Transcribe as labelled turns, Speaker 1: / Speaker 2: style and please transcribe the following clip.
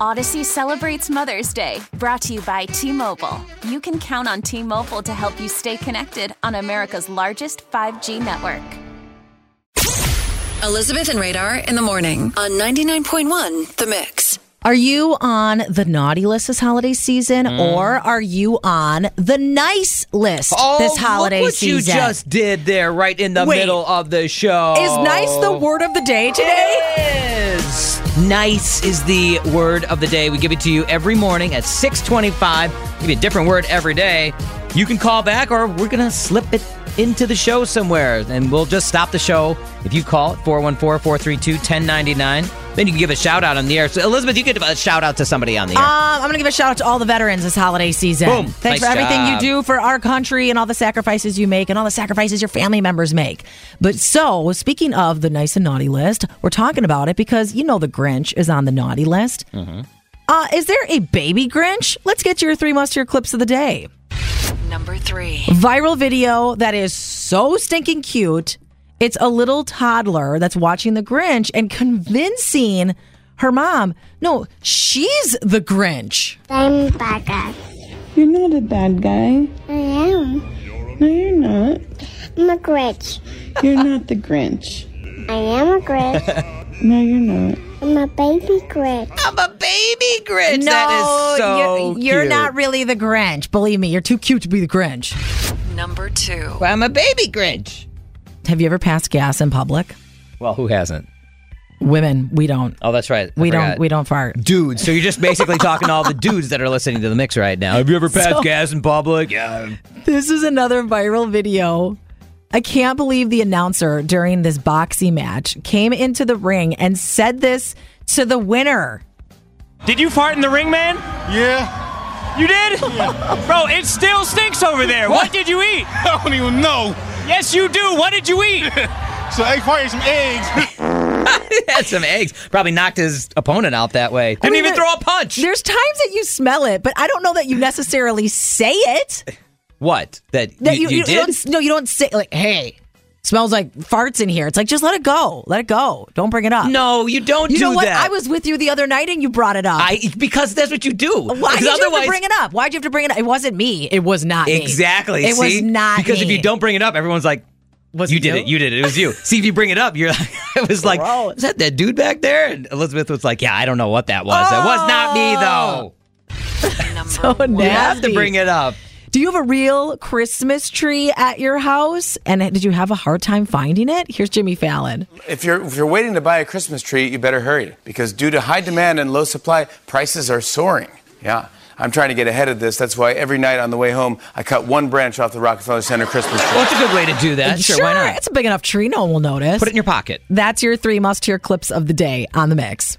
Speaker 1: Odyssey celebrates Mother's Day, brought to you by T Mobile. You can count on T Mobile to help you stay connected on America's largest 5G network.
Speaker 2: Elizabeth and Radar in the morning on 99.1 The Mix.
Speaker 3: Are you on the naughty list this holiday season,
Speaker 4: Mm.
Speaker 3: or are you on the nice list
Speaker 4: Oh,
Speaker 3: this holiday
Speaker 4: look what
Speaker 3: season?
Speaker 4: you just did there, right in the
Speaker 3: Wait.
Speaker 4: middle of the show.
Speaker 3: Is nice the
Speaker 4: Oh.
Speaker 3: word of the day today?
Speaker 4: Is. Nice is the word of the day. We give it to you every morning at 625. Give you a different word every day. You can call back or we're going to slip it into the show somewhere. And we'll just stop the show if you call at 414-432-1099. Then you can give a shout out on the air. So Elizabeth, you give a shout out to somebody on the air.
Speaker 3: Um, I'm going to give a shout out to all the veterans this holiday season.
Speaker 4: Boom.
Speaker 3: Thanks for
Speaker 4: Nice
Speaker 3: everything you
Speaker 4: job.
Speaker 3: do for our country and all the sacrifices you make and all the sacrifices your family members make. But so, speaking of the nice and naughty list, we're talking about it because you know the Grinch is on the naughty list.
Speaker 4: Mm-hmm.
Speaker 3: Uh, is there a baby Grinch? Let's get your three must-hear clips of the day.
Speaker 2: Number three.
Speaker 3: viral video that is so stinking cute. It's a little toddler that's watching the Grinch and convincing her mom, no, she's the Grinch.
Speaker 5: I'm Becca.
Speaker 6: You're not a bad guy.
Speaker 5: I am.
Speaker 6: No, you're not.
Speaker 5: I'm a Grinch.
Speaker 6: You're not the Grinch.
Speaker 5: I am a Grinch.
Speaker 6: No, you're not.
Speaker 5: I'm a baby Grinch.
Speaker 4: I'm a baby Grinch.
Speaker 3: No,
Speaker 4: that is so
Speaker 3: you're, you're
Speaker 4: cute.
Speaker 3: not really the Grinch. Believe me, you're too cute to be the Grinch.
Speaker 2: Number two.
Speaker 4: I'm a baby Grinch.
Speaker 3: Have you ever passed gas in public?
Speaker 4: Well, who hasn't?
Speaker 3: Women, we don't.
Speaker 4: Oh, that's right. I
Speaker 3: We
Speaker 4: forgot.
Speaker 3: don't. We don't fart.
Speaker 4: dudes. So you're just basically talking to all the dudes that are listening to the mix right now. Have you ever passed gas in public? Yeah.
Speaker 3: This is another viral video. I can't believe the announcer during this boxing match came into the ring and said this to the winner.
Speaker 7: Did you fart in the ring, man?
Speaker 8: Yeah,
Speaker 7: You did? Bro, it still stinks over there. What did you eat?
Speaker 8: I don't even know.
Speaker 7: Yes, you do. What did you eat?
Speaker 8: So egg white and some eggs.
Speaker 4: Had some eggs. Probably knocked his opponent out that way. Didn't
Speaker 3: mean,
Speaker 4: even
Speaker 3: there-
Speaker 4: throw a punch.
Speaker 3: There's times that you smell it, but I don't know that you necessarily say it.
Speaker 4: What? That,
Speaker 3: That
Speaker 4: you, you did?
Speaker 3: don't, no, you don't say like, "Hey, smells like farts in here." It's like just let it go, let it go. Don't bring it up.
Speaker 4: no, you don't
Speaker 3: you
Speaker 4: do
Speaker 3: know what?
Speaker 4: that.
Speaker 3: I was with you the other night and you brought it up.
Speaker 4: I because that's what you do.
Speaker 3: Why did you have
Speaker 4: otherwise,
Speaker 3: to bring it up? Why'd you have to bring it up? It wasn't me. It was not me.
Speaker 4: Exactly.
Speaker 3: It
Speaker 4: see?
Speaker 3: was not
Speaker 4: because if
Speaker 3: me.
Speaker 4: you don't bring it up, everyone's like,
Speaker 3: Was
Speaker 4: "You
Speaker 3: it
Speaker 4: did
Speaker 3: you?
Speaker 4: it. You did it. It was you." see if you bring it up, you're. like I was like,
Speaker 3: Gross.
Speaker 4: "Is that that dude back there?" And Elizabeth was like, "Yeah, I don't know what that was. It was not me
Speaker 3: Oh.
Speaker 4: though.
Speaker 2: Number
Speaker 3: So
Speaker 2: one.
Speaker 4: You have to
Speaker 3: nasty.
Speaker 4: bring it up."
Speaker 3: Do you have a real Christmas tree at your house? And did you have a hard time finding it? Here's Jimmy Fallon.
Speaker 9: If you're, if you're waiting to buy a Christmas tree, you better hurry because due to high demand and low supply, prices are soaring. Yeah, I'm trying to get ahead of this. That's why every night on the way home, I cut one branch off the Rockefeller Center Christmas tree.
Speaker 4: Well, it's a good way to do that. Uh, Sure, why not?
Speaker 3: It's a big enough tree. No one will notice.
Speaker 4: Put it in your pocket.
Speaker 3: That's your three must hear clips of the day on the mix.